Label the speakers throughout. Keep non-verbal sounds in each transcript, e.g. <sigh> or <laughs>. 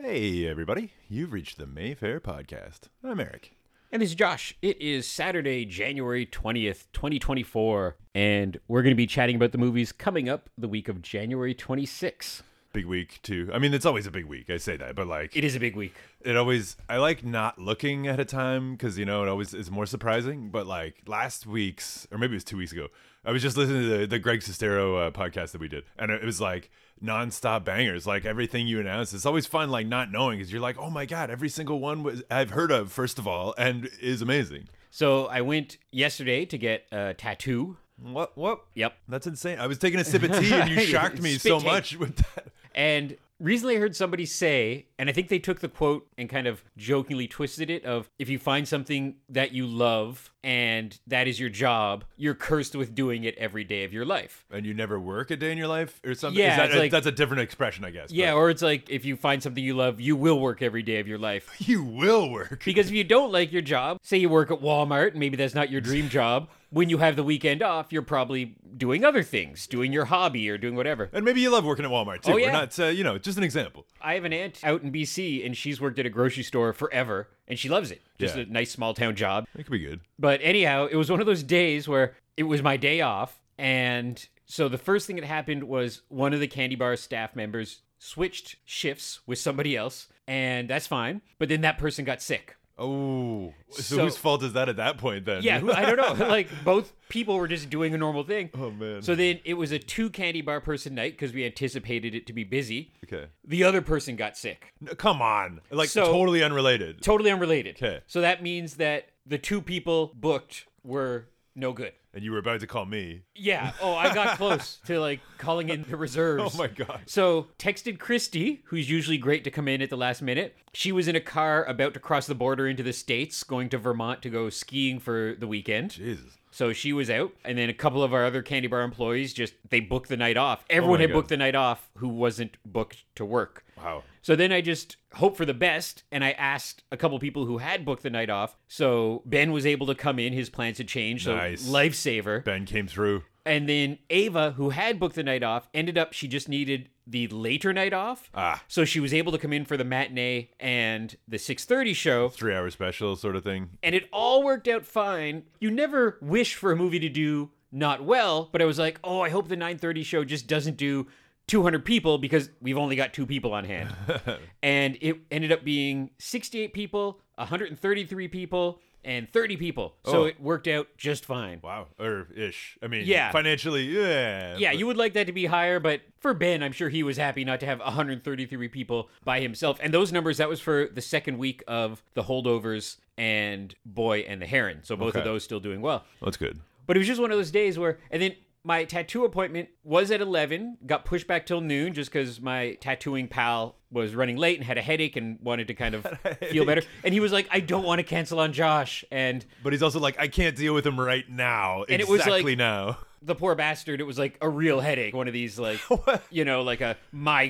Speaker 1: Hey, everybody. You've reached the Mayfair Podcast. I'm Eric.
Speaker 2: And this is Josh. It is Saturday, January 20th, 2024, and we're going to be chatting about the movies coming up the week of January 26th.
Speaker 1: Big week, too. I mean, it's always a big week. I say that, but like,
Speaker 2: It is a big week.
Speaker 1: it always i like not looking at a time because you know it always is more surprising but like last week's or maybe it was two weeks ago i was just listening to the, the greg sestero uh, podcast that we did and it was like nonstop bangers like everything you announce it's always fun like not knowing because you're like oh my god every single one was i've heard of first of all and is amazing
Speaker 2: So I went yesterday to get a tattoo.
Speaker 1: what what
Speaker 2: Yep.
Speaker 1: that's insane i was taking a sip of tea and
Speaker 2: <laughs>
Speaker 1: you shocked me
Speaker 2: Spit
Speaker 1: so
Speaker 2: take.
Speaker 1: much with that
Speaker 2: And recently I heard somebody say, and I think they took the quote and kind of jokingly twisted it of if you find something that you love and that is your job, you're cursed with doing it every day of your life.
Speaker 1: and you never work a day in your life or something
Speaker 2: Yeah,
Speaker 1: is that,
Speaker 2: it's like-
Speaker 1: that's a different expression i guess
Speaker 2: Yeah, or it's like if you find something you love, you will work every day of your life.
Speaker 1: but you will work
Speaker 2: Because if you don't like your job, say you work at Walmart, maybe that's not your dream job, when you have the weekend off, you're probably doing other things, doing your hobby or doing whatever.
Speaker 1: And maybe you love working at Walmart too.
Speaker 2: Oh, yeah.
Speaker 1: We're not, uh, you know, just an example.
Speaker 2: I have an aunt out in BC and she's worked at a grocery store forever and she loves it. Just
Speaker 1: Yeah.
Speaker 2: a nice small town job.
Speaker 1: It could be good.
Speaker 2: But anyhow, it was one of those days where it was my day off. And so the first thing that happened was one of the candy bar staff members switched shifts with somebody else. And that's fine. But then that person got sick.
Speaker 1: Oh, so,
Speaker 2: So-
Speaker 1: whose fault is that at that point then?
Speaker 2: Yeah, who, I don't know. <laughs> like both people were just doing a normal thing.
Speaker 1: Oh, man.
Speaker 2: So then it was a two candy bar person night because we anticipated it to be busy.
Speaker 1: <laughs> okay.
Speaker 2: The other person got sick.
Speaker 1: No, come on, like
Speaker 2: So-
Speaker 1: totally unrelated.
Speaker 2: Totally unrelated.
Speaker 1: 'Kay.
Speaker 2: So that means that the two people booked were no good.
Speaker 1: and you were about to call me.
Speaker 2: Yeah. Oh, I
Speaker 1: <laughs>
Speaker 2: got close to like calling in the reserves.
Speaker 1: Oh
Speaker 2: <laughs>
Speaker 1: my gosh.
Speaker 2: So texted Christy, who's usually great to come in at the last minute. She was in a car about to cross the border into the states, going to Vermont to go skiing for the weekend.
Speaker 1: Jesus.
Speaker 2: So she was out, and then a couple of our other candy bar employees just they booked the night off. Everyone
Speaker 1: Oh my
Speaker 2: had
Speaker 1: God.
Speaker 2: booked the night off who wasn't booked to work.
Speaker 1: Wow.
Speaker 2: So then I just hope for the best, and I asked a couple people who had booked the night off. So Ben was able to come in; his plans had changed, so
Speaker 1: Nice.
Speaker 2: lifesaver.
Speaker 1: Ben came through.
Speaker 2: And then Ava, who had booked the night off, ended up she just needed the later night off,
Speaker 1: Ah,
Speaker 2: so she was able to come in for the matinee and the six thirty show
Speaker 1: three hour special sort of thing.
Speaker 2: and it all worked out fine. You never wish for a movie to do not well, but I was like, oh, I hope the 9:30 show just doesn't do 200 people because we've only got two people
Speaker 1: <laughs>
Speaker 2: on hand. and it ended up being 68 people, 133 people, and 30 people.
Speaker 1: Oh.
Speaker 2: So it worked out just fine.
Speaker 1: Wow. Or ish. I mean,
Speaker 2: Yeah.
Speaker 1: Financially, yeah.
Speaker 2: Yeah,
Speaker 1: but-
Speaker 2: you would like that to be higher, but for Ben, I'm sure he was happy not to have 133 people by himself. And those numbers, that was for the second week of the holdovers and Boy and the Heron. So both of
Speaker 1: Okay.
Speaker 2: those still doing well.
Speaker 1: That's good.
Speaker 2: But it was just one of those days where, and then my tattoo appointment was at 11, got pushed back till noon just because my tattooing pal was running late and had a headache and wanted to kind of feel better. And he was like, I don't want to cancel on Josh. And
Speaker 1: But he's also like, I can't deal with him right now.
Speaker 2: And it was
Speaker 1: exactly
Speaker 2: like-
Speaker 1: now. <laughs>
Speaker 2: the poor bastard, it was like a real headache. One of these, like, you know, like a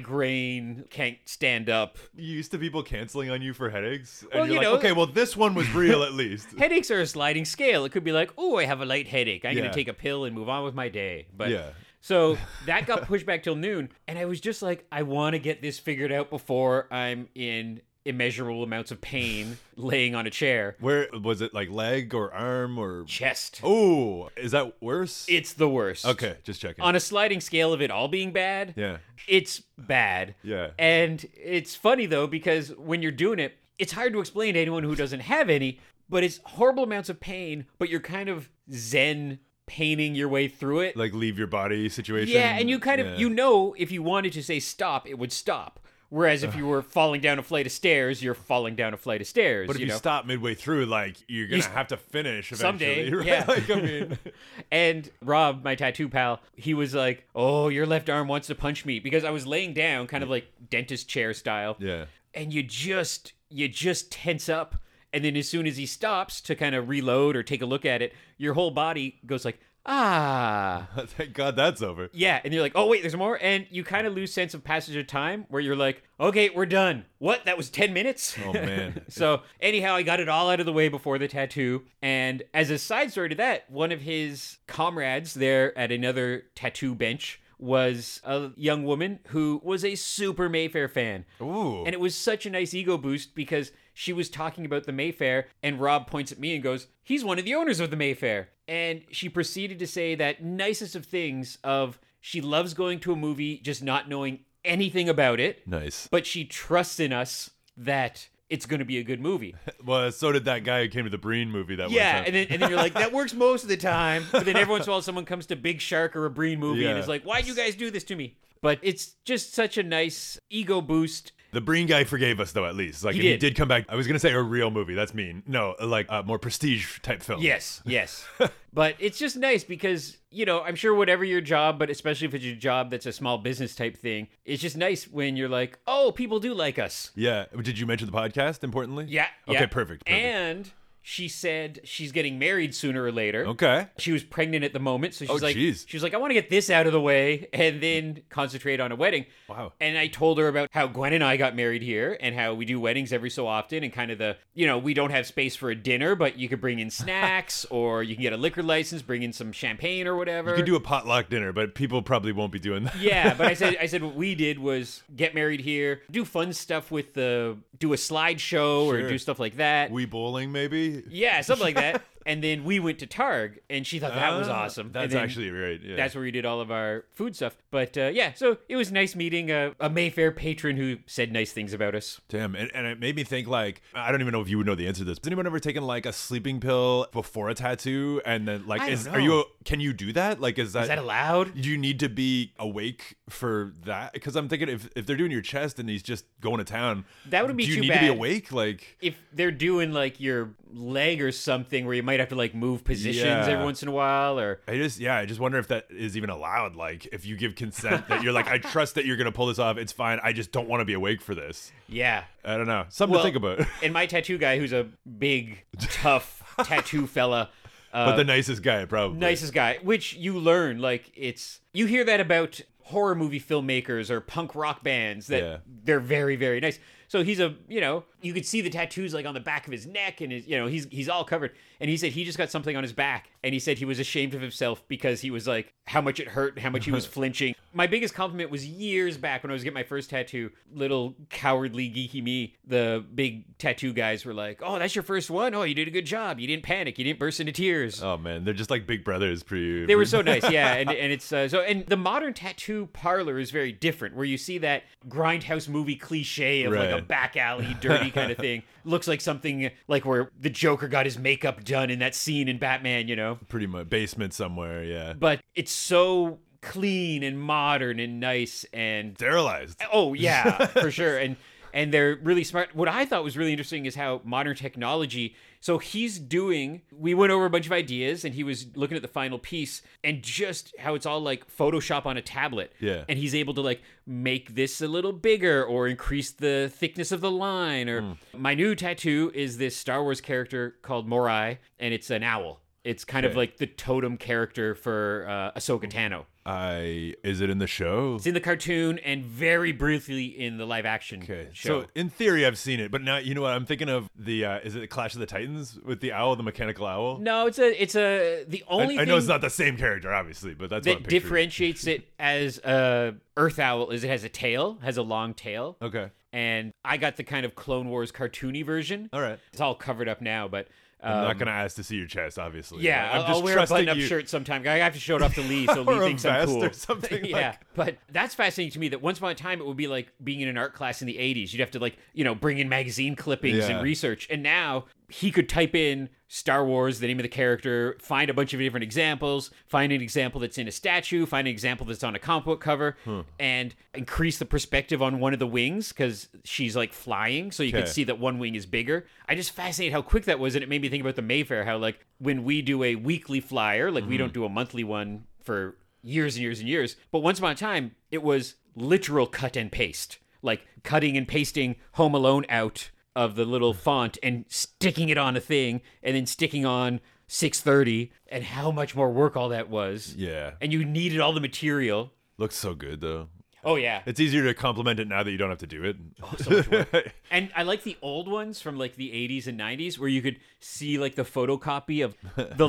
Speaker 2: migraine, can't stand up.
Speaker 1: You used to people canceling on you for headaches. And
Speaker 2: Well,
Speaker 1: you're
Speaker 2: you
Speaker 1: like,
Speaker 2: know-
Speaker 1: okay, well, this one was
Speaker 2: <laughs>
Speaker 1: real at least.
Speaker 2: Headaches are a sliding scale. It could be like, oh, I have a light headache. I'm
Speaker 1: Yeah.
Speaker 2: going to take a pill and move on with my day. But
Speaker 1: Yeah. <laughs>
Speaker 2: So that got pushed back till noon, and I was just like, I want to get this figured out before I'm in immeasurable amounts of
Speaker 1: <laughs>
Speaker 2: pain laying on a chair.
Speaker 1: Where was it like leg or arm or
Speaker 2: Chest.
Speaker 1: Oh, is that worse?
Speaker 2: It's the worst.
Speaker 1: okay, just checking.
Speaker 2: On a sliding scale of it all being bad,
Speaker 1: yeah.
Speaker 2: it's bad.
Speaker 1: Yeah.
Speaker 2: And it's funny though, because when you're doing it, it's hard to explain to anyone who doesn't have any, but it's horrible amounts of pain, but you're kind of zen painting your way through it.
Speaker 1: Like leave your body situation.
Speaker 2: Yeah, and you kind of
Speaker 1: Yeah.
Speaker 2: you know if you wanted to say stop, it would stop.
Speaker 1: <sighs>
Speaker 2: Whereas if you were falling down a flight of stairs, you're falling down a flight of stairs.
Speaker 1: But if
Speaker 2: you
Speaker 1: you,
Speaker 2: know?
Speaker 1: stop midway through, like you're gonna
Speaker 2: s-
Speaker 1: have to finish eventually,
Speaker 2: Someday,
Speaker 1: <laughs> right?
Speaker 2: yeah. <laughs>
Speaker 1: Like I mean,
Speaker 2: And Rob, my tattoo pal, he was like, "Oh, your left arm wants to punch me because I was laying down, kind of like dentist chair style."
Speaker 1: yeah. <laughs>
Speaker 2: and you just you just tense up and then as soon as he stops to kind of reload or take a look at it your whole body goes like ah
Speaker 1: Thank God that's over.
Speaker 2: yeah and you're like oh wait there's more and you kind of lose sense of passage of time where you're like okay we're done what that was 10 minutes
Speaker 1: Oh man.
Speaker 2: <laughs> so anyhow i got it all out of the way before the tattoo and as a side story to that one of his comrades there at another tattoo bench was a young woman who was a super Mayfair fan.
Speaker 1: Ooh.
Speaker 2: And it was such a nice ego boost because she was talking about the Mayfair, and Rob points at me and goes, He's one of the owners of the Mayfair. And she proceeded to say that nicest of things of she loves going to a movie, just not knowing anything about it,
Speaker 1: nice.
Speaker 2: but she trusts in us that it's going to be a
Speaker 1: <laughs>
Speaker 2: good movie.
Speaker 1: Well, so did that guy who came to the Breen movie that one
Speaker 2: Yeah,
Speaker 1: time.
Speaker 2: and then, and then you're like, that works most of the time. But then every once in a while, someone comes to Big Shark or a Breen movie and
Speaker 1: Yeah.
Speaker 2: is like, why'd you guys do this to me? But it's just such a nice ego boost.
Speaker 1: the Breen guy forgave us though, at least. Like
Speaker 2: He
Speaker 1: and he
Speaker 2: did.
Speaker 1: did come back. I was gonna say a real movie. That's mean. No, like a more prestige type film.
Speaker 2: Yes,
Speaker 1: <laughs>
Speaker 2: yes. but it's just nice because, you know, I'm sure whatever your job, but especially if it's your job that's a small business type thing, it's just nice when you're like, oh, people do like us.
Speaker 1: Yeah. Did you mention the podcast? Importantly.
Speaker 2: Yeah.
Speaker 1: Okay.
Speaker 2: yeah.
Speaker 1: Perfect. perfect.
Speaker 2: And she said she's getting married sooner or later.
Speaker 1: okay.
Speaker 2: She was pregnant at the moment, so she's
Speaker 1: Oh,
Speaker 2: like,
Speaker 1: jeez.
Speaker 2: she was like, I want to get this out of the way and then concentrate on a wedding.
Speaker 1: Wow.
Speaker 2: And I told her about how Gwen and I got married here and how we do weddings every so often and kind of the, you know, we don't have space for a dinner, but you could
Speaker 1: <laughs>
Speaker 2: bring in snacks or you can get a liquor license, bring in some champagne or whatever.
Speaker 1: You could do a potluck dinner, but people probably won't be doing that.
Speaker 2: <laughs>
Speaker 1: <laughs>
Speaker 2: yeah, but I said I said what we did was get married here, do fun stuff with the do a slideshow or
Speaker 1: Sure.
Speaker 2: do stuff like that.
Speaker 1: We bowling maybe.
Speaker 2: yeah, something like
Speaker 1: <laughs>
Speaker 2: that. And then we went to Targ and she thought that was
Speaker 1: Ah,
Speaker 2: awesome. And
Speaker 1: That's
Speaker 2: then
Speaker 1: actually right. Yeah.
Speaker 2: that's where we did all of our food stuff. But uh, yeah, so it was nice meeting a, a Mayfair patron who said nice things about us.
Speaker 1: Damn, and, and it made me think like I don't even know if you would know the answer to this. Has anyone ever taken like a sleeping pill before a tattoo? And then like,
Speaker 2: I
Speaker 1: is
Speaker 2: don't
Speaker 1: are
Speaker 2: know.
Speaker 1: you can you do that? Like, is that
Speaker 2: Is that allowed?
Speaker 1: you need to be awake for that? Because I'm thinking if, if they're doing your chest and he's just going to town,
Speaker 2: That would be
Speaker 1: do you
Speaker 2: too
Speaker 1: need to be
Speaker 2: bad.
Speaker 1: awake? Like,
Speaker 2: If they're doing like your leg or something where you might have to like move positions every
Speaker 1: Yeah.
Speaker 2: once in a while or
Speaker 1: I just yeah, I just wonder if that is even allowed. Like, if you give consent that you're like,
Speaker 2: <laughs>
Speaker 1: I trust that you're gonna pull this off. It's fine. I just don't want to be awake for this.
Speaker 2: yeah.
Speaker 1: I don't know. Something
Speaker 2: Well, uh,
Speaker 1: to think about. <laughs>
Speaker 2: And my tattoo guy who's a big tough tattoo fella uh,
Speaker 1: but the nicest guy probably.
Speaker 2: nicest guy which you learn like it's you hear that about horror movie filmmakers or punk rock bands that
Speaker 1: Yeah.
Speaker 2: they're very very nice so he's a you know you could see the tattoos like on the back of his neck and his you know he's he's all covered and he said he just got something on his back and he said he was ashamed of himself because he was like how much it hurt and how much he was flinching my biggest compliment was years back when i was getting my first tattoo little cowardly geeky me the big tattoo guys were like oh that's your first one oh you did a good job you didn't panic you didn't burst into tears
Speaker 1: Oh man, they're just like big brothers. Pretty.
Speaker 2: they were so nice, yeah, and and it's uh, so and the modern tattoo parlor is very different, where you see that grindhouse movie cliche of like a
Speaker 1: Right.
Speaker 2: back alley, dirty kind of thing. Looks like something like where the Joker got his makeup done in that scene in Batman, you know.
Speaker 1: pretty much basement somewhere. Yeah.
Speaker 2: But it's so clean and modern and nice and
Speaker 1: sterilized.
Speaker 2: <laughs> Oh yeah, for sure. And and they're really smart. What I thought was really interesting is how modern technology. So he's doing. We went over a bunch of ideas, and he was looking at the final piece and just how it's all like Photoshop on a tablet.
Speaker 1: Yeah.
Speaker 2: And he's able to like make this a little bigger or increase the thickness of the line. Or
Speaker 1: Hmm.
Speaker 2: my new tattoo is this Star Wars character called Morai, and it's an owl. It's kind of
Speaker 1: Okay. Hmm.
Speaker 2: like the totem character for uh, Ahsoka Tano.
Speaker 1: I is it in the show?
Speaker 2: It's in the cartoon and very briefly in the live action
Speaker 1: Okay,
Speaker 2: show.
Speaker 1: so in theory, I've seen it, but now you know what I'm thinking of the uh, is it Clash of the Titans with the owl, the mechanical owl?
Speaker 2: no, it's a it's a the
Speaker 1: I,
Speaker 2: only
Speaker 1: I
Speaker 2: thing
Speaker 1: know it's not the same character, obviously, but that's what I'm
Speaker 2: that
Speaker 1: picturing. <laughs>
Speaker 2: differentiates it as a Earth Owl is it has a tail, has a long tail,
Speaker 1: Okay,
Speaker 2: and I got the kind of Clone Wars cartoony version.
Speaker 1: all right.
Speaker 2: It's all covered up now, but. Um,
Speaker 1: I'm not gonna ask to see your chest, obviously.
Speaker 2: yeah,
Speaker 1: I'm
Speaker 2: I'll,
Speaker 1: just
Speaker 2: I'll wear a
Speaker 1: trusting
Speaker 2: button-up
Speaker 1: you.
Speaker 2: shirt sometime. I have to show it off to Lee,
Speaker 1: <laughs>
Speaker 2: so Lee
Speaker 1: Or a
Speaker 2: thinks I'm
Speaker 1: vest
Speaker 2: cool. <laughs>
Speaker 1: or something,
Speaker 2: yeah,
Speaker 1: like-
Speaker 2: but that's fascinating to me. That once upon a time, it would be like being in an art class in the '80s. You'd have to like you know bring in magazine clippings and
Speaker 1: Yeah.
Speaker 2: research, and now he could type in Star Wars, the name of the character, find a bunch of different examples, find an example that's in a statue, find an example that's on a comic book cover,
Speaker 1: Hmm.
Speaker 2: and increase the perspective on one of the wings because she's like flying, so you could
Speaker 1: Okay.
Speaker 2: see that one wing is bigger. I just fascinated how quick that was, and it made me think about the Mayfair. How like when we do a weekly flyer,
Speaker 1: Mm-hmm.
Speaker 2: like we don't do a monthly one for years and years and years. But once upon a time, it was literal cut and paste, like cutting and pasting Home Alone out of the
Speaker 1: Mm.
Speaker 2: little font and sticking it on a thing, and then sticking on. 6:30 and how much more work all that was.
Speaker 1: Yeah,
Speaker 2: And you needed all the material
Speaker 1: looks so good though.
Speaker 2: Oh yeah.
Speaker 1: It's easier to compliment it now that you don't have to do it.
Speaker 2: Oh, And I like the old ones from like the 80s and 90s where you could see like the photocopy of the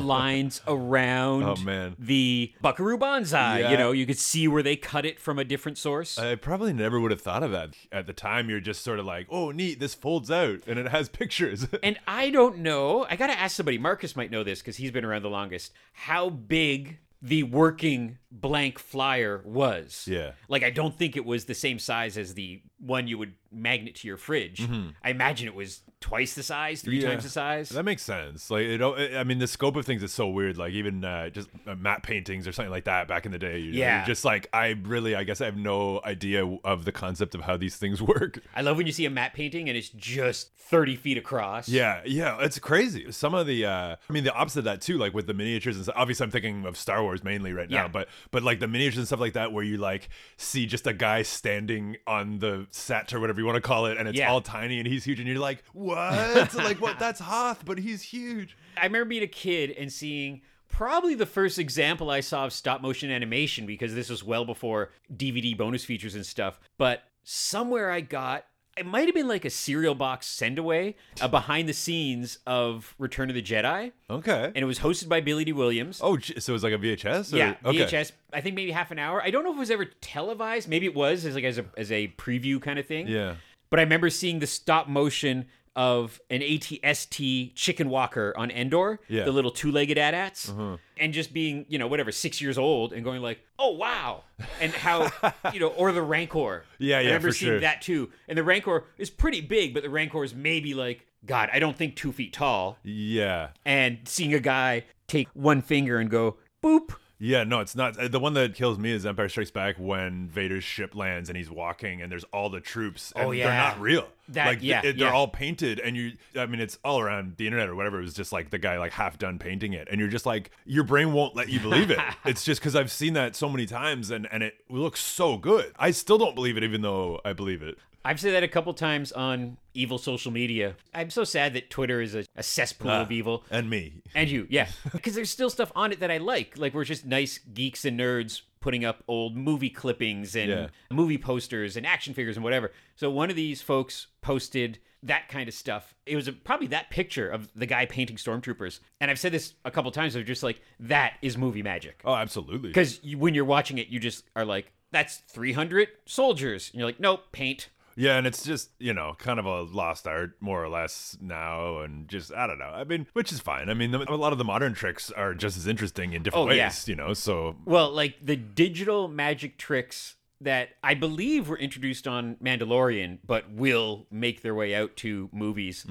Speaker 1: <laughs>
Speaker 2: lines around
Speaker 1: Oh, man.
Speaker 2: the Buckaroo Banzai.
Speaker 1: Yeah.
Speaker 2: You know, you could see where they cut it from a different source.
Speaker 1: <laughs> I probably never would have thought of that at the time. You're just sort of like, oh, neat, this folds out and it has pictures. <laughs>
Speaker 2: and I don't know, I got to ask somebody, Marcus might know this because he's been around the longest, how big the working blank flyer was.
Speaker 1: Yeah.
Speaker 2: Like, I don't think it was the same size as the one you would magnet to your fridge. I imagine it was twice the size, three
Speaker 1: Mm-hmm. Yeah.
Speaker 2: times the size.
Speaker 1: That makes sense. Like it, al- I mean, the scope of things is so weird. Like even uh, just uh, matte paintings or something like that back in the day. You know,
Speaker 2: Yeah.
Speaker 1: you're just like I really, I guess I have no idea of the concept of how these things <laughs> work.
Speaker 2: I love when you see a matte painting and it's just 30 feet across.
Speaker 1: Yeah, yeah, it's crazy. Some of the, uh I mean, the opposite of that too, like with the miniatures and stuff. Obviously, I'm thinking of Star Wars mainly right now,
Speaker 2: Yeah.
Speaker 1: but but like the miniatures and stuff like that, where you like see just a guy standing on the set or whatever you want to call it, and it's
Speaker 2: Yeah.
Speaker 1: all tiny and he's huge, and you're like, what? like <laughs> what? That's Hoth, but he's huge.
Speaker 2: I remember being a kid and seeing probably the first example I saw of stop motion animation because this was well before DVD bonus features and stuff. But somewhere I got. It might have been like a cereal box send away, a behind the scenes of Return of the Jedi.
Speaker 1: Okay.
Speaker 2: And it was hosted by Billy D. Williams.
Speaker 1: Oh, j- so it's like a VHS. Or?
Speaker 2: Yeah,
Speaker 1: okay.
Speaker 2: VHS. I think maybe half an hour. I don't know if it was ever televised. Maybe it was as like as a as a preview kind of thing.
Speaker 1: Yeah.
Speaker 2: But I remember seeing the stop motion of an ATST chicken walker on Endor,
Speaker 1: Yeah. Uh-huh.
Speaker 2: the little two-legged AT-ATs, and just being you know whatever six years old and going like, oh wow, and how
Speaker 1: <laughs>
Speaker 2: you know or the Rancor.
Speaker 1: Yeah,
Speaker 2: I
Speaker 1: yeah,
Speaker 2: remember
Speaker 1: for
Speaker 2: seeing
Speaker 1: sure.
Speaker 2: that too. And the Rancor is pretty big, but the Rancor is maybe like God. I don't think two feet tall.
Speaker 1: Yeah.
Speaker 2: And seeing a guy take one finger and go boop.
Speaker 1: Yeah, no, it's not. uh, The one that kills me is Empire Strikes Back when Vader's ship lands and he's walking and there's all the troops. And
Speaker 2: Oh,
Speaker 1: They're
Speaker 2: yeah.
Speaker 1: not real.
Speaker 2: That-
Speaker 1: like, th-
Speaker 2: yeah,
Speaker 1: it- they're
Speaker 2: yeah.
Speaker 1: all painted and you, I mean, it's all around the internet or whatever. It was just like the guy, like, half done painting it. And you're just like, your brain won't let you believe
Speaker 2: <laughs>
Speaker 1: it. it's just because I've seen that so many times and, and it looks so good. I still don't believe it, even though I believe it.
Speaker 2: I've said that a couple times on evil social media. I'm so sad that Twitter is a, a cesspool of
Speaker 1: Ah.
Speaker 2: evil.
Speaker 1: And me.
Speaker 2: And you,
Speaker 1: <laughs>
Speaker 2: yeah. Because there's still stuff on it that I like. Like, we're just nice geeks and nerds putting up old movie clippings and
Speaker 1: Yeah.
Speaker 2: movie posters and action figures and whatever. So, one of these folks posted that kind of stuff. It was a, probably that picture of the guy painting stormtroopers. And I've said this a couple times. I'm just like, that is movie magic.
Speaker 1: Oh, absolutely.
Speaker 2: Because you, when you're watching it, you just are like, that's 300 soldiers. And you're like, nope, paint.
Speaker 1: Yeah, and it's just, you know, kind of a lost art, more or less, now. And just, I don't know. I mean, which is fine. I mean, the, a lot of the modern tricks are just as interesting in different
Speaker 2: Oh,
Speaker 1: ways,
Speaker 2: yeah.
Speaker 1: you know? So,
Speaker 2: Well, like the digital magic tricks that I believe were introduced on Mandalorian, but will make their way out to movies.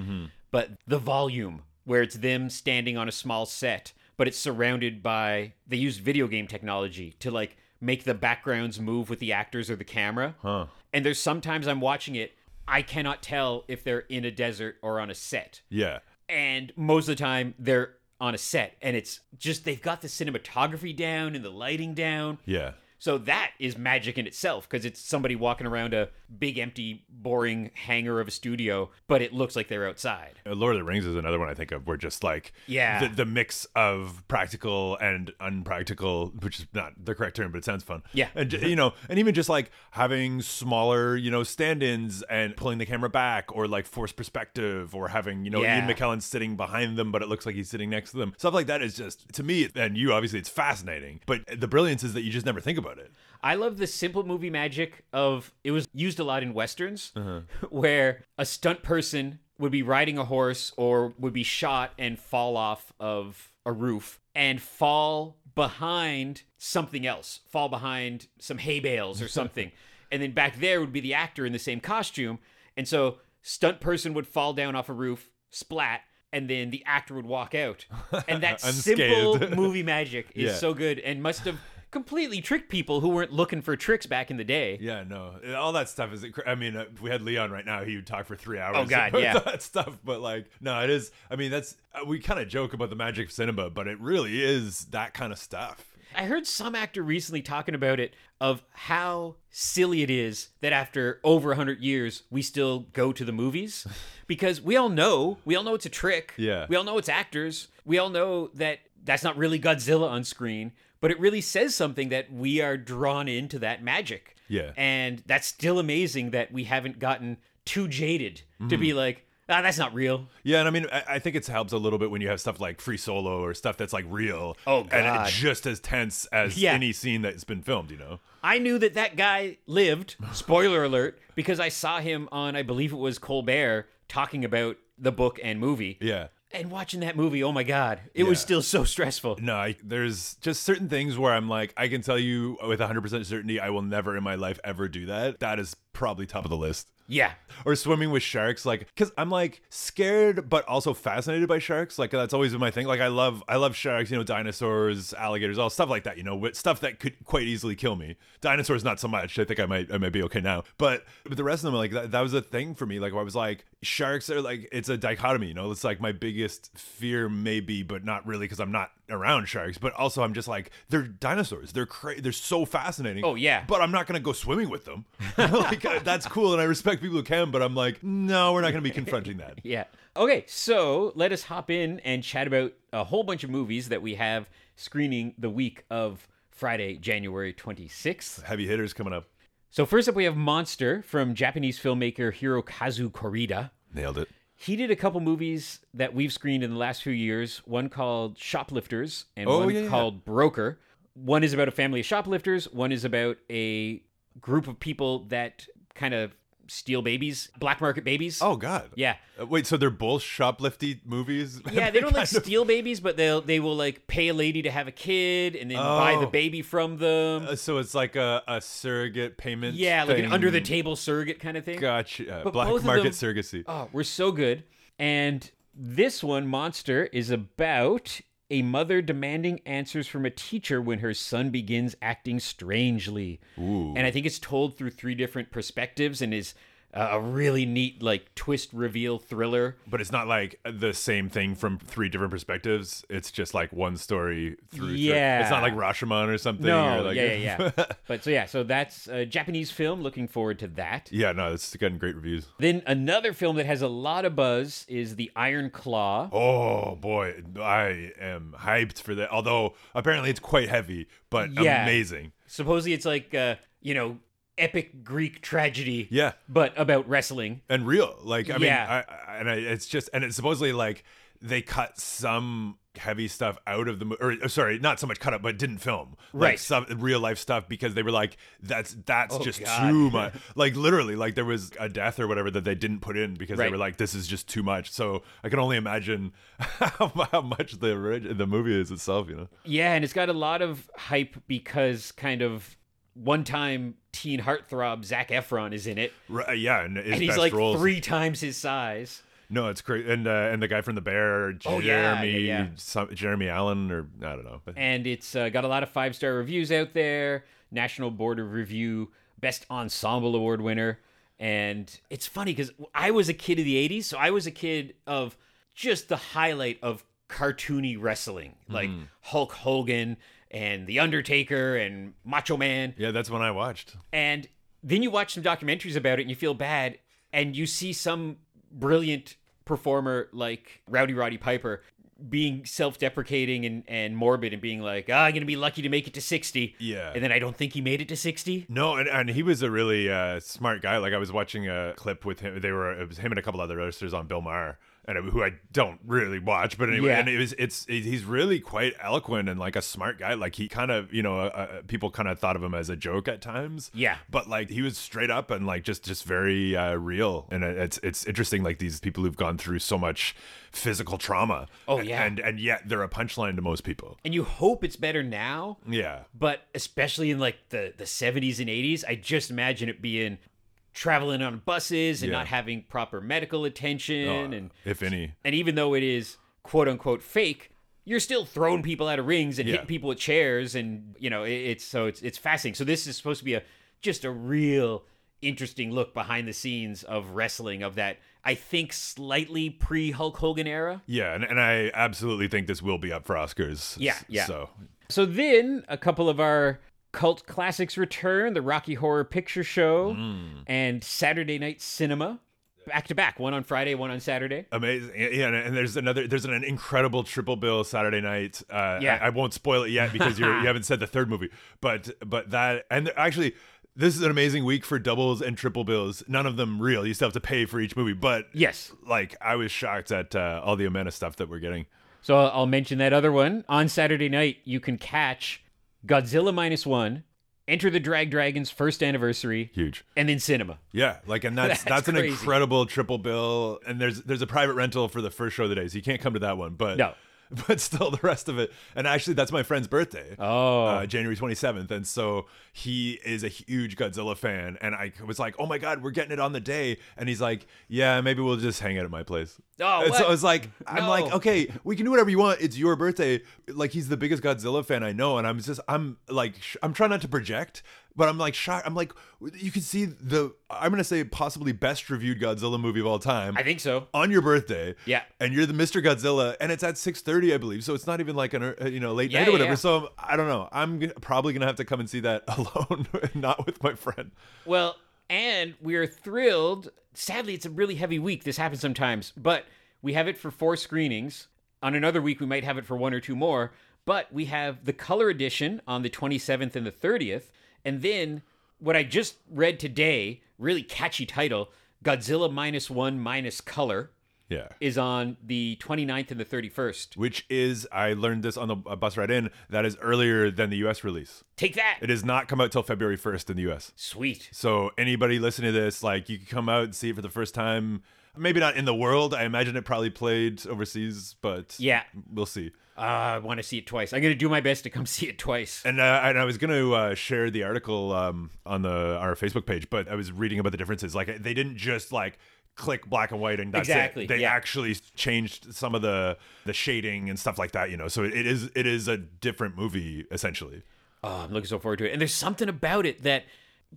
Speaker 2: But the volume, where it's them standing on a small set, but it's surrounded by, they used video game technology to like make the backgrounds move with the actors or the camera.
Speaker 1: huh.
Speaker 2: And there's sometimes I'm watching it, I cannot tell if they're in a desert or on a set
Speaker 1: Yeah.
Speaker 2: and most of the time they're on a set and it's just they've got the cinematography down and the lighting down
Speaker 1: Yeah.
Speaker 2: so that is magic in itself because it's somebody walking around a big empty boring hangar of a studio but it looks like they're outside
Speaker 1: Uh, Lord of the Rings is another one I think of where just like
Speaker 2: Yeah.
Speaker 1: the, the mix of practical and unpractical, which is not the correct term, but it sounds fun.
Speaker 2: Yeah.
Speaker 1: And j- you know, and even just like having smaller, you know, stand-ins and pulling the camera back or like forced perspective or having, you know,
Speaker 2: Yeah.
Speaker 1: Ian McKellen sitting behind them, but it looks like he's sitting next to them. Stuff like that is just to me and you obviously it's fascinating. But the brilliance is that you just never think about it.
Speaker 2: I love the simple movie magic of it was used a lot in westerns <laughs> where a stunt person would be riding a horse or would be shot and fall off of a roof and fall behind something else, fall behind some hay bales or something. and then back there would be the actor in the same costume. And so stunt person would fall down off a roof, splat, and then the actor would walk out. And that simple
Speaker 1: Unscathed.
Speaker 2: movie magic is
Speaker 1: Yeah.
Speaker 2: so good and must have completely tricked people who weren't looking for tricks back in the day.
Speaker 1: Yeah, no, all that stuff is. I mean, uh, if we had Leon right now, he would talk for three hours.
Speaker 2: Oh, God,
Speaker 1: about
Speaker 2: yeah.
Speaker 1: <laughs> that stuff. But like, no, it is. I mean, that's uh, we kind of joke about the magic of cinema, but it really is that kind of stuff.
Speaker 2: I heard some actor recently talking about it of how silly it is that after over 100 years we still go to
Speaker 1: <laughs>
Speaker 2: the movies because we all know, we all know it's a trick.
Speaker 1: Yeah.
Speaker 2: We all know it's actors. We all know that that's not really Godzilla on screen, but it really says something that we are drawn into that magic.
Speaker 1: Yeah.
Speaker 2: And that's still amazing that we haven't gotten too jaded to
Speaker 1: Mm-hmm.
Speaker 2: be like, ah, that's not real.
Speaker 1: Yeah, and I mean, I, I think it helps a little bit when you have stuff like Free Solo or stuff that's like real.
Speaker 2: Oh,
Speaker 1: And
Speaker 2: God.
Speaker 1: it's just as tense as
Speaker 2: Yeah.
Speaker 1: any scene that's been filmed, you know?
Speaker 2: I knew that that guy lived, spoiler alert, because I saw him on, I believe it was Colbert, talking about the book and movie.
Speaker 1: Yeah.
Speaker 2: And watching that movie, oh my God, it was
Speaker 1: Yeah.
Speaker 2: still so stressful.
Speaker 1: No, I, there's just certain things where I'm like, I can tell you with 100% certainty, I will never in my life ever do that. That is probably top of the list.
Speaker 2: Yeah.
Speaker 1: Or swimming with sharks, like, because I'm like scared but also fascinated by sharks. Like that's always been my thing. Like I love, I love sharks. You know, dinosaurs, alligators, all stuff like that. You know, with stuff that could quite easily kill me. Dinosaurs, not so much. I think I might, I might be okay now. But but the rest of them, like that, that was a thing for me. Like where I was like, sharks are like, it's a dichotomy. You know, it's like my biggest fear maybe, but not really because I'm not around sharks. But also I'm just like, they're dinosaurs. They're cra- they're so fascinating.
Speaker 2: Oh, yeah.
Speaker 1: But I'm not gonna go swimming with them. <laughs> like uh, that's cool, and I respect people who can. But I'm like, no, we're not gonna be confronting that.
Speaker 2: <laughs> Yeah. Okay, so let us hop in and chat about a whole bunch of movies that we have screening the week of Friday, January 26th.
Speaker 1: Heavy hitters coming up.
Speaker 2: So, first up, we have Monster from Japanese filmmaker Hirokazu Korida.
Speaker 1: Nailed it.
Speaker 2: He did a couple movies that we've screened in the last few years. One called Shoplifters and
Speaker 1: Oh,
Speaker 2: one
Speaker 1: yeah, yeah.
Speaker 2: called Broker. One is about a family of shoplifters. One is about a group of people that kind of steal babies, black market babies.
Speaker 1: Oh God. <laughs>
Speaker 2: yeah.
Speaker 1: Uh, wait, so they're both shoplifty movies? <laughs>
Speaker 2: Yeah, they don't like
Speaker 1: Kind of-
Speaker 2: steal babies, but they'll they will like pay a lady to have a kid and then buy the
Speaker 1: Oh.
Speaker 2: baby from them.
Speaker 1: Uh, so it's like a, a surrogate payment.
Speaker 2: yeah, like an
Speaker 1: thing.
Speaker 2: under the table surrogate kind of thing.
Speaker 1: Gotcha.
Speaker 2: But both
Speaker 1: Black
Speaker 2: of
Speaker 1: market
Speaker 2: them-
Speaker 1: surrogacy.
Speaker 2: Oh, we're so good. And this one, Monster, is about a mother demanding answers from a teacher when her son begins acting strangely.
Speaker 1: Ooh.
Speaker 2: And I think it's told through three different perspectives and is uh, a really neat like twist reveal thriller.
Speaker 1: But it's not like the same thing from three different perspectives. It's just like one story through. through-
Speaker 2: Yeah.
Speaker 1: It's not like Rashomon or something. or
Speaker 2: No,
Speaker 1: like,
Speaker 2: yeah, yeah, yeah. but so yeah, so that's a Japanese film. Looking forward to that.
Speaker 1: <laughs> yeah, no, it's gotten great reviews.
Speaker 2: Then another film that has a lot of buzz is The Iron Claw.
Speaker 1: Oh boy, I am hyped for that. Although apparently it's quite heavy, but
Speaker 2: Yeah.
Speaker 1: amazing.
Speaker 2: Supposedly it's like uh, you know, epic Greek tragedy.
Speaker 1: Yeah.
Speaker 2: But about wrestling.
Speaker 1: and real. Like I mean,
Speaker 2: Yeah.
Speaker 1: I, I, and I, it's just and it's supposedly like they cut some heavy stuff out of the mo- or, or sorry, not so much cut up, but didn't film like
Speaker 2: Right.
Speaker 1: stuff, real life stuff because they were like that's that's
Speaker 2: Oh,
Speaker 1: just
Speaker 2: God.
Speaker 1: too
Speaker 2: <laughs>
Speaker 1: much. like literally, like there was a death or whatever that they didn't put in because
Speaker 2: Right.
Speaker 1: they were like this is just too much. So I can only imagine <laughs> how, mu- how much the orig- the movie is itself. You know,
Speaker 2: Yeah, and it's got a lot of hype because kind of one time teen heartthrob Zach Efron is in it.
Speaker 1: right, uh, yeah, and, his
Speaker 2: And he's
Speaker 1: best
Speaker 2: like
Speaker 1: roles.
Speaker 2: three times his size.
Speaker 1: No, it's great, and uh, and the guy from the Bear, Jeremy,
Speaker 2: Oh, yeah, yeah, yeah.
Speaker 1: Some, Jeremy Allen, or I don't know. But-
Speaker 2: And it's uh, got a lot of five star reviews out there. National Board of Review Best Ensemble Award winner. And it's funny because I was a kid of the 80s. So I was a kid of just the highlight of cartoony wrestling, like
Speaker 1: Mm-hmm.
Speaker 2: Hulk Hogan and The Undertaker and Macho Man.
Speaker 1: Yeah, that's when I watched.
Speaker 2: And then you watch some documentaries about it and you feel bad and you see some brilliant performer like Rowdy Roddy Piper being self-deprecating and, and morbid and being like, ah, I'm gonna be lucky to make it to 60.
Speaker 1: Yeah.
Speaker 2: And then I don't think he made it to 60.
Speaker 1: No, and, and he was a really uh, smart guy. Like I was watching a clip with him. They were it was him and a couple other wrestlers on Bill Maher, and it- who I don't really watch, but anyway,
Speaker 2: Yeah.
Speaker 1: and it was it's he's really quite eloquent and like a smart guy. Like he kind of you know uh, uh, people kind of thought of him as a joke at times.
Speaker 2: Yeah.
Speaker 1: but like he was straight up and like just just very uh, real, and it- it's it's interesting. Like these people who've gone through so much physical trauma.
Speaker 2: Oh, yeah.
Speaker 1: and and yet they're a punchline to most people.
Speaker 2: And you hope it's better now,
Speaker 1: Yeah.
Speaker 2: but especially in like the, the 70s and 80s, I just imagine it being traveling on buses and
Speaker 1: Yeah. Oh,
Speaker 2: not having proper medical attention and
Speaker 1: if any.
Speaker 2: And even though it is quote unquote fake, you're still throwing people out of rings and
Speaker 1: Yeah.
Speaker 2: hitting people with chairs, and you know it, it's so it's it's fascinating. So this is supposed to be a just a real interesting look behind the scenes of wrestling of that I think slightly pre Hulk Hogan era.
Speaker 1: Yeah, and, and I absolutely think this will be up for Oscars.
Speaker 2: Yeah, yeah.
Speaker 1: So
Speaker 2: So then a couple of our cult classics return: the Rocky Horror Picture Show and Saturday Night Cinema. back to back, one on Friday, one on Saturday.
Speaker 1: Amazing, yeah. And, and there's another, there's an, incredible triple bill Saturday night. Uh,
Speaker 2: Yeah.
Speaker 1: I, I won't spoil it yet because you're,
Speaker 2: <laughs>
Speaker 1: you haven't said the third movie, but but that and there- actually, this is an amazing week for doubles and triple bills. None of them real. You still have to pay for each movie, but
Speaker 2: Yes.
Speaker 1: like I was shocked at uh, all the amount of stuff that we're getting.
Speaker 2: So I'll I'll mention that other one. On Saturday night, you can catch Godzilla Minus One, Enter the Drag Dragons first anniversary,
Speaker 1: Huge.
Speaker 2: and then cinema.
Speaker 1: Yeah, like
Speaker 2: <laughs>
Speaker 1: and that's
Speaker 2: That's
Speaker 1: that's, an
Speaker 2: crazy.
Speaker 1: incredible triple bill. And there's there's a private rental for the first show of the day, so you can't come to that one. But
Speaker 2: No.
Speaker 1: <laughs> but still the rest of it. And actually, that's my friend's birthday.
Speaker 2: Oh.
Speaker 1: Uh, January 27th. And so he is a huge Godzilla fan. And I was like, oh my God, we're getting it on the day. And he's like, yeah, maybe we'll just hang out at my place.
Speaker 2: Oh,
Speaker 1: and so
Speaker 2: what?
Speaker 1: I was like, I'm
Speaker 2: No.
Speaker 1: like, okay, we can do whatever you want. It's your birthday. Like, he's the biggest Godzilla fan I know. And I'm just, I'm like, sh- I'm trying not to project, but I'm like shocked. I'm like, you can see the, I'm going to say possibly best reviewed Godzilla movie of all time
Speaker 2: I think so.
Speaker 1: on your birthday.
Speaker 2: Yeah.
Speaker 1: And you're the Mr. Godzilla, and it's at 6:30, I believe. So it's not even like an uh, you know late
Speaker 2: Yeah,
Speaker 1: night or
Speaker 2: yeah,
Speaker 1: whatever.
Speaker 2: yeah.
Speaker 1: So I'm, I don't know. I'm g- probably gonna have to come and see that <laughs> alone, and not with my friend.
Speaker 2: Well, and we're thrilled. Sadly, it's a really heavy week. This happens sometimes, but we have it for four screenings. On another week, we might have it for one or two more. But we have the color edition on the 27th and the 30th. And then what I just read today, really catchy title Godzilla minus one minus color,
Speaker 1: Yeah.
Speaker 2: is on the 29th and the 31st.
Speaker 1: Which is, I learned this on the uh, bus ride in. That is earlier than the U.S. release.
Speaker 2: Take that.
Speaker 1: It has not come out till February 1st in the U.S.
Speaker 2: Sweet.
Speaker 1: So anybody listening to this, like, you can come out and see it for the first time. Maybe not in the world. I imagine it probably played overseas, but
Speaker 2: Yeah.
Speaker 1: we'll see.
Speaker 2: Uh, I want to see it twice. I'm going to do my best to come <laughs> see it twice.
Speaker 1: And, uh, and I was going to uh, share the article um, on the our Facebook page, but I was reading about the differences. Like they didn't just like click black and white and that's
Speaker 2: Exactly,
Speaker 1: it. They
Speaker 2: yeah.
Speaker 1: actually changed some of the the shading and stuff like that. You know, so it is it is a different movie essentially.
Speaker 2: Oh, I'm looking so forward to it. And there's something about it that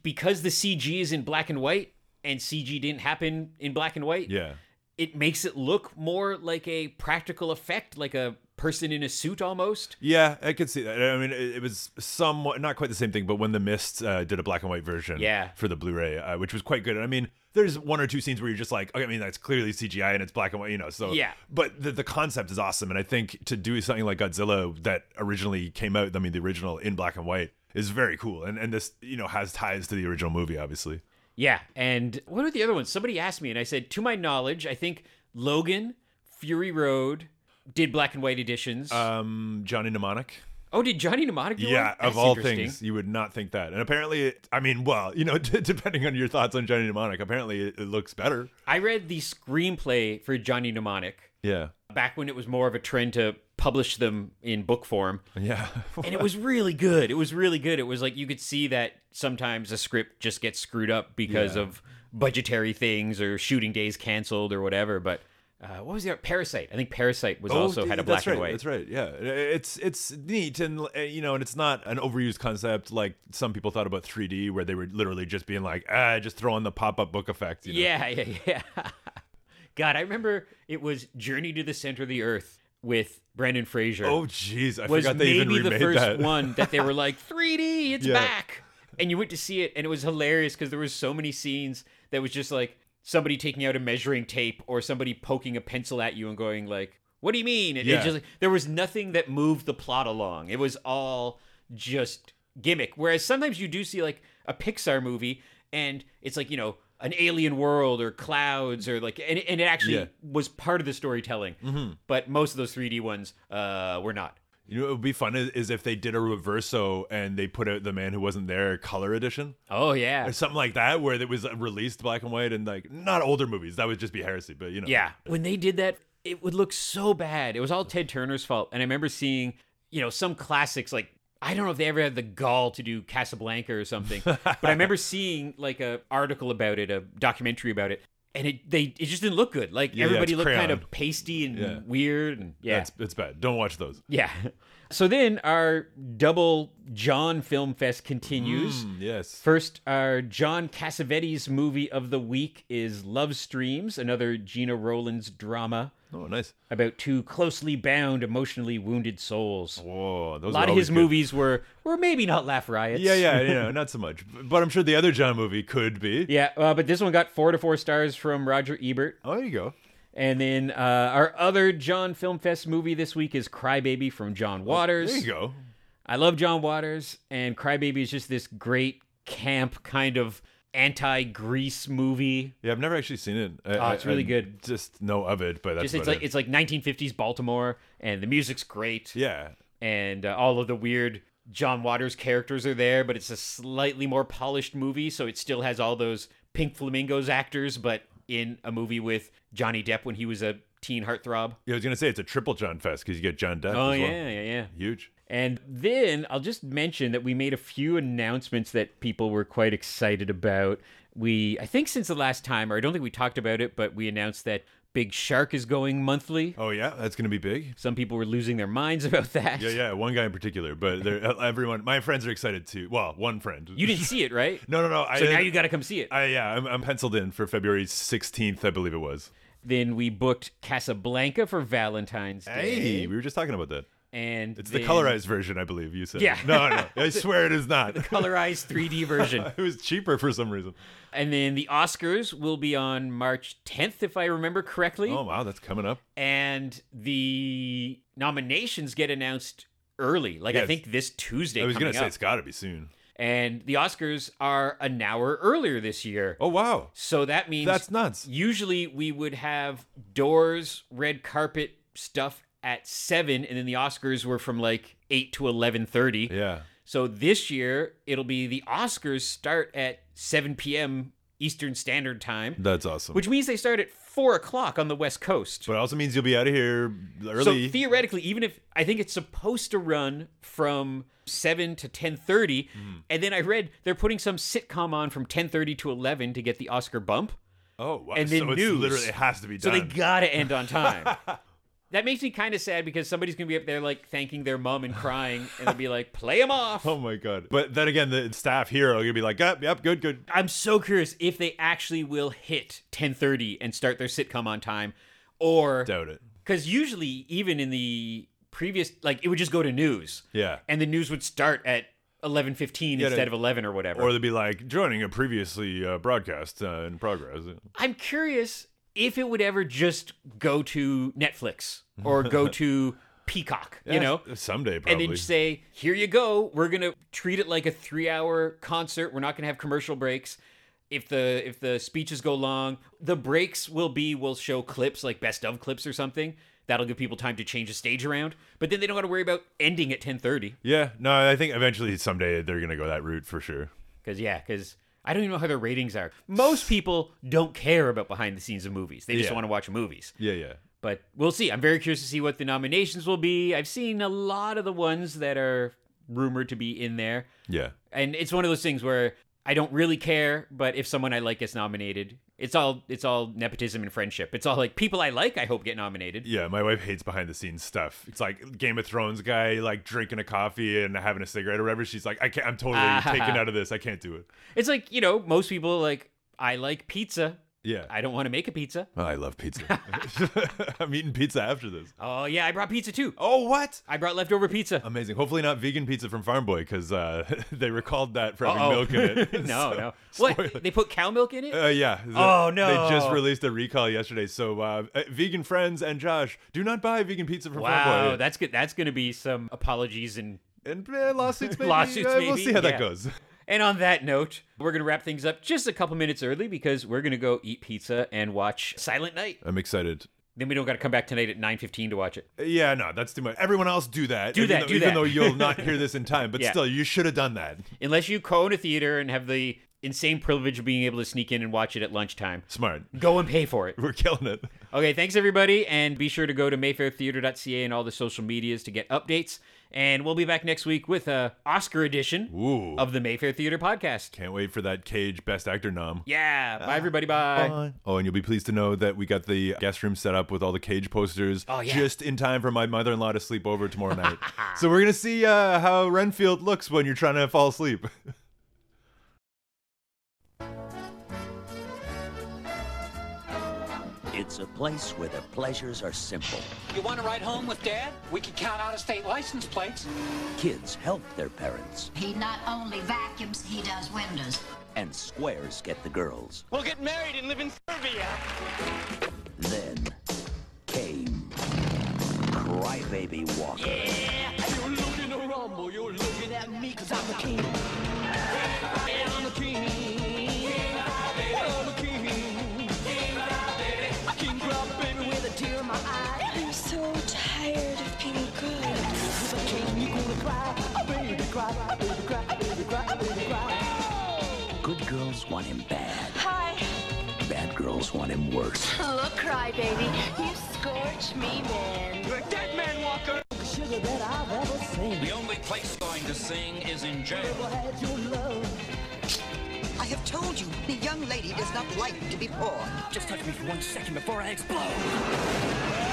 Speaker 2: because the CG is in black and white and CG didn't happen in black and white,
Speaker 1: Yeah,
Speaker 2: it makes it look more like a practical effect, like a person in a suit almost.
Speaker 1: yeah, I could see that. I mean, it, it was somewhat not quite the same thing, but when the Mist uh, did a black and white version,
Speaker 2: Yeah.
Speaker 1: for the Blu-ray, uh, which was quite good. And I mean, there's one or two scenes where you're just like, okay, I mean, that's clearly CGI and it's black and white, you know. So
Speaker 2: Yeah.
Speaker 1: but the, the concept is awesome, and I think to do something like Godzilla that originally came out, I mean, the original in black and white is very cool, and and this you know has ties to the original movie, obviously.
Speaker 2: Yeah. And what are the other ones? Somebody asked me, and I said, to my knowledge, I think Logan, Fury Road did black and white editions.
Speaker 1: Um, Johnny Mnemonic,
Speaker 2: oh, did Johnny Mnemonic do
Speaker 1: yeah,
Speaker 2: one? That's
Speaker 1: of all
Speaker 2: interesting.
Speaker 1: things, you would not think that, and apparently, it, I mean, well, <laughs> you know, depending on your thoughts on Johnny Mnemonic, apparently it, it looks better.
Speaker 2: I read the screenplay for Johnny Mnemonic
Speaker 1: Yeah, <laughs>
Speaker 2: back when it was more of a trend to publish them in book form.
Speaker 1: yeah,
Speaker 2: and it was really good. It was really good. It was like you could see that sometimes a script just gets screwed up because of budgetary things or shooting days canceled or whatever. But uh, what was the other? Parasite? I think Parasite was also
Speaker 1: d-
Speaker 2: had a
Speaker 1: Oh, that's
Speaker 2: black
Speaker 1: right,
Speaker 2: and white.
Speaker 1: That's right. Yeah, it's it's neat, and uh, you know, and it's not an overused concept like some people thought about 3D, where they were literally just being like, ah, just throw on the pop-up book effect. You know?
Speaker 2: Yeah, <laughs> yeah, yeah. God, I remember it was Journey to the Center of the Earth with Brandon Fraser.
Speaker 1: Oh, jeez, I
Speaker 2: was
Speaker 1: forgot they even
Speaker 2: maybe the
Speaker 1: remade
Speaker 2: first
Speaker 1: that.
Speaker 2: one
Speaker 1: <laughs>
Speaker 2: that they were like 3D, it's
Speaker 1: Yeah.
Speaker 2: back. And you went to see it and it was hilarious because there was so many scenes that was just like somebody taking out a measuring tape or somebody poking a pencil at you and going like, "What do you mean?" And it
Speaker 1: Yeah.
Speaker 2: just there was nothing that moved the plot along. It was all just gimmick. Whereas sometimes you do see like a Pixar movie and it's like, you know, an alien world or clouds or like and, and it actually
Speaker 1: Yeah. Mm-hmm.
Speaker 2: was part of the storytelling. But most of those 3D ones uh were not.
Speaker 1: You know, it would be fun is, is if they did a reverso and they put out the man who wasn't there color edition
Speaker 2: Oh yeah.
Speaker 1: or something like that, where it was uh, released black and white and like not older movies. That would just be heresy, but you know,
Speaker 2: Yeah. When they did that, it would look so bad. It was all Ted Turner's fault. And I remember seeing, you know, some classics like I don't know if they ever had the gall to do Casablanca or something,
Speaker 1: <laughs>
Speaker 2: but I remember seeing like a article about it, a documentary about it, and it they it just didn't look good. Like
Speaker 1: yeah,
Speaker 2: everybody
Speaker 1: it's
Speaker 2: looked kind
Speaker 1: crayon.
Speaker 2: of pasty and
Speaker 1: Yeah.
Speaker 2: weird and yeah.
Speaker 1: It's, it's bad. Don't watch those.
Speaker 2: yeah. <laughs> So then our double John Film Fest continues.
Speaker 1: Mm, yes.
Speaker 2: First, our John Cassavetes movie of the week is Love Streams, another Gina Rowlands drama.
Speaker 1: Oh, nice.
Speaker 2: about two closely bound, emotionally wounded souls.
Speaker 1: Whoa, those
Speaker 2: A lot
Speaker 1: are
Speaker 2: of
Speaker 1: Oh, always
Speaker 2: his
Speaker 1: good.
Speaker 2: movies were were maybe not laugh riots.
Speaker 1: Yeah,
Speaker 2: <laughs>
Speaker 1: yeah, you know, not so much. But I'm sure the other John movie could be.
Speaker 2: Yeah, uh, but this one got four to four stars from Roger Ebert.
Speaker 1: Oh, there you go.
Speaker 2: And then uh, our other John Film Fest movie this week is Crybaby from John Waters.
Speaker 1: Oh, There you go.
Speaker 2: I love John Waters, and Crybaby is just this great camp kind of anti-Grease movie.
Speaker 1: Yeah, I've never actually seen it. I,
Speaker 2: Oh, it's
Speaker 1: I-
Speaker 2: really
Speaker 1: I
Speaker 2: good.
Speaker 1: Just know of it, but that's
Speaker 2: Just it's
Speaker 1: about
Speaker 2: like
Speaker 1: it.
Speaker 2: it's like 1950s Baltimore, and the music's great,
Speaker 1: yeah,
Speaker 2: and uh, all of the weird John Waters characters are there, but it's a slightly more polished movie, so it still has all those Pink Flamingos actors, but in a movie with Johnny Depp when he was a teen heartthrob.
Speaker 1: yeah. I was gonna say it's a triple John Fest because you get John Depp.
Speaker 2: Oh
Speaker 1: as well.
Speaker 2: yeah, yeah, yeah.
Speaker 1: huge.
Speaker 2: And then I'll just mention that we made a few announcements that people were quite excited about. We, I think, since the last time, or I don't think we talked about it, but we announced that Big Shark is going monthly.
Speaker 1: Oh yeah, that's gonna be big.
Speaker 2: Some people were losing their minds <laughs> about that.
Speaker 1: Yeah, yeah. One guy in particular, but
Speaker 2: <laughs>
Speaker 1: they're, uh, everyone, my friends are excited too. Well, one friend.
Speaker 2: You didn't see it, right?
Speaker 1: <laughs> No, no, no. I,
Speaker 2: So now you got to come see it.
Speaker 1: I yeah, I'm, I'm penciled in for February 16th, I believe it was.
Speaker 2: Then we booked Casablanca for Valentine's Day.
Speaker 1: Hey, we were just talking about that.
Speaker 2: And
Speaker 1: It's the
Speaker 2: then-
Speaker 1: colorized version, I believe you said.
Speaker 2: Yeah.
Speaker 1: No, no. I swear it is not.
Speaker 2: <laughs> colorized 3D
Speaker 1: <laughs>
Speaker 2: version.
Speaker 1: It was cheaper for some reason.
Speaker 2: and then the Oscars will be on March 10th, if I remember correctly.
Speaker 1: Oh wow, that's coming up.
Speaker 2: and the nominations get announced early. Like I
Speaker 1: Yes.
Speaker 2: think this Tuesday.
Speaker 1: I was
Speaker 2: coming
Speaker 1: gonna say
Speaker 2: up.
Speaker 1: it's got to be soon.
Speaker 2: and the Oscars are an hour earlier this year.
Speaker 1: Oh wow,
Speaker 2: So that means
Speaker 1: that's nuts.
Speaker 2: usually we would have doors, red carpet stuff at seven, and then the Oscars were from like eight to eleven thirty.
Speaker 1: Yeah.
Speaker 2: So this year it'll be the Oscars start at seven p.m. Eastern Standard Time,
Speaker 1: That's awesome.
Speaker 2: which means they start at four o'clock on the West Coast.
Speaker 1: but it also means you'll be out of here
Speaker 2: So
Speaker 1: early.
Speaker 2: theoretically, even if I think it's supposed to run from seven to ten thirty,
Speaker 1: Hmm.
Speaker 2: and then I read they're putting some sitcom on from ten thirty to eleven to get the Oscar bump,
Speaker 1: oh wow.
Speaker 2: and then
Speaker 1: so
Speaker 2: news.
Speaker 1: It's literally it has to be
Speaker 2: so
Speaker 1: done.
Speaker 2: they gotta
Speaker 1: <laughs>
Speaker 2: end on time. that makes me kind of sad because somebody's gonna be up there like thanking their mom and crying, and they'll be like, "Play him off."
Speaker 1: oh my god. But then again, the staff here are gonna be like, yep, yep, good, good.
Speaker 2: I'm so curious if they actually will hit ten thirty and start their sitcom on time, or
Speaker 1: Doubt it.
Speaker 2: because usually even in the previous like it would just go to news.
Speaker 1: Yeah.
Speaker 2: and the news would start at 11:15
Speaker 1: Yeah,
Speaker 2: instead
Speaker 1: they-
Speaker 2: of 11 or whatever.
Speaker 1: Or they'd be like joining a previously uh, broadcast uh, in progress.
Speaker 2: I'm curious if it would ever just go to Netflix
Speaker 1: <laughs>
Speaker 2: or go to Peacock, you
Speaker 1: Yeah,
Speaker 2: know?
Speaker 1: someday
Speaker 2: And
Speaker 1: probably.
Speaker 2: then say, "Here you go. We're going to treat it like a 3-hour concert. We're not going to have commercial breaks." If the if the speeches go long, the breaks will be we'll show clips like best of clips or something. That'll give people time to change the stage around, but then they don't got to worry about ending at 10:30.
Speaker 1: Yeah, no, I think eventually someday they're gonna go that route for sure.
Speaker 2: Because yeah, because I don't even know how their ratings are. Most people don't care about behind the scenes of movies. They just
Speaker 1: Yeah.
Speaker 2: want to watch movies.
Speaker 1: Yeah, yeah.
Speaker 2: But we'll see. I'm very curious to see what the nominations will be. I've seen a lot of the ones that are rumored to be in there,
Speaker 1: Yeah.
Speaker 2: and it's one of those things where I don't really care. But if someone I like gets nominated, it's all it's all nepotism and friendship. It's all like people I like. I hope get nominated.
Speaker 1: Yeah, my wife hates behind the scenes stuff. It's like Game of Thrones guy like drinking a coffee and having a cigarette or whatever. She's like, I can't I'm totally
Speaker 2: Ah.
Speaker 1: taken out of this. I can't do it.
Speaker 2: It's like you know most people like I like pizza.
Speaker 1: Yeah.
Speaker 2: I don't want to make a pizza.
Speaker 1: Oh, I love
Speaker 2: <laughs>
Speaker 1: pizza. <laughs> I'm eating pizza after this.
Speaker 2: Oh yeah, I brought pizza too.
Speaker 1: Oh, what?
Speaker 2: I brought leftover pizza.
Speaker 1: Amazing. Hopefully not vegan pizza from Farm Boy because uh, <laughs> they recalled that for having
Speaker 2: Uh-oh.
Speaker 1: milk in
Speaker 2: <laughs>
Speaker 1: it. <laughs>
Speaker 2: no,
Speaker 1: So-
Speaker 2: no. What? They put cow milk in it?
Speaker 1: <laughs> Uh, yeah. The-
Speaker 2: Oh,
Speaker 1: They just
Speaker 2: no.
Speaker 1: released a recall yesterday. So, uh, uh, vegan friends and Josh, do not buy vegan pizza from Farm
Speaker 2: wow,
Speaker 1: Boy.
Speaker 2: that's good. That's going to be some apologies and
Speaker 1: and uh,
Speaker 2: <laughs>
Speaker 1: lawsuits, maybe.
Speaker 2: Lawsuits,
Speaker 1: Uh, We'll
Speaker 2: maybe.
Speaker 1: see how
Speaker 2: Yeah.
Speaker 1: that goes.
Speaker 2: and on that note, we're going to wrap things up just a couple minutes early because we're going to go eat pizza and watch Silent Night.
Speaker 1: I'm excited.
Speaker 2: Then we don't got to come back tonight at 9:15 to watch it.
Speaker 1: Yeah, no, that's too much. Everyone else do that.
Speaker 2: Do
Speaker 1: even
Speaker 2: that,
Speaker 1: Though,
Speaker 2: do
Speaker 1: even
Speaker 2: that.
Speaker 1: though you'll
Speaker 2: <laughs>
Speaker 1: not hear this in time, but
Speaker 2: Yeah.
Speaker 1: still, you should have done that.
Speaker 2: Unless you co-own a theater and have the insane privilege of being able to sneak in and watch it at lunchtime.
Speaker 1: Smart. <laughs>
Speaker 2: Go and pay for it.
Speaker 1: We're killing it.
Speaker 2: Okay, thanks everybody, and be sure to go to mayfairtheater.ca and all the social medias to get updates. And we'll be back next week with a Oscar edition
Speaker 1: Ooh.
Speaker 2: of the Mayfair Theater podcast.
Speaker 1: Can't wait for that Cage Best Actor nom.
Speaker 2: Yeah. Bye, everybody. Bye.
Speaker 1: Oh, and you'll be pleased to know that we got the guest room set up with all the cage posters
Speaker 2: Oh, yeah.
Speaker 1: just in time for my mother in law to sleep over tomorrow
Speaker 2: <laughs>
Speaker 1: night. so we're going to see uh, how Renfield looks when you're trying to fall asleep.
Speaker 3: It's a place where the pleasures are simple.
Speaker 4: You want to ride home with Dad? We can count out of state license plates.
Speaker 3: Kids help their parents,
Speaker 5: He not only vacuums, he does windows.
Speaker 3: and squares get the girls.
Speaker 6: We'll get married and live in Serbia.
Speaker 3: Then came Crybaby Walker.
Speaker 7: I'm so tired of being good.
Speaker 3: Good girls want him bad.
Speaker 7: Hi.
Speaker 3: Bad girls want him worse.
Speaker 7: Look, crybaby, you scorch me, man.
Speaker 6: You're a dead man, Walker.
Speaker 8: The only place going to sing is in jail.
Speaker 9: I have told you, the young lady does not like to be poor.
Speaker 6: Just touch me for one second before I explode.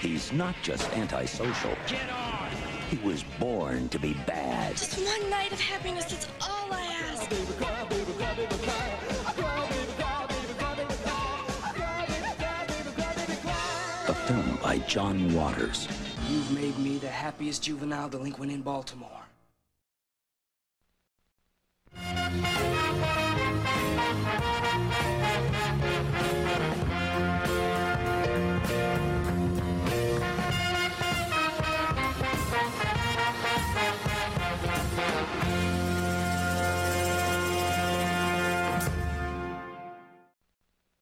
Speaker 3: He's not just antisocial. He was born to be bad.
Speaker 7: Just one night of happiness, that's all I ask.
Speaker 3: A film by John Waters.
Speaker 6: You've made me the happiest juvenile delinquent in Baltimore.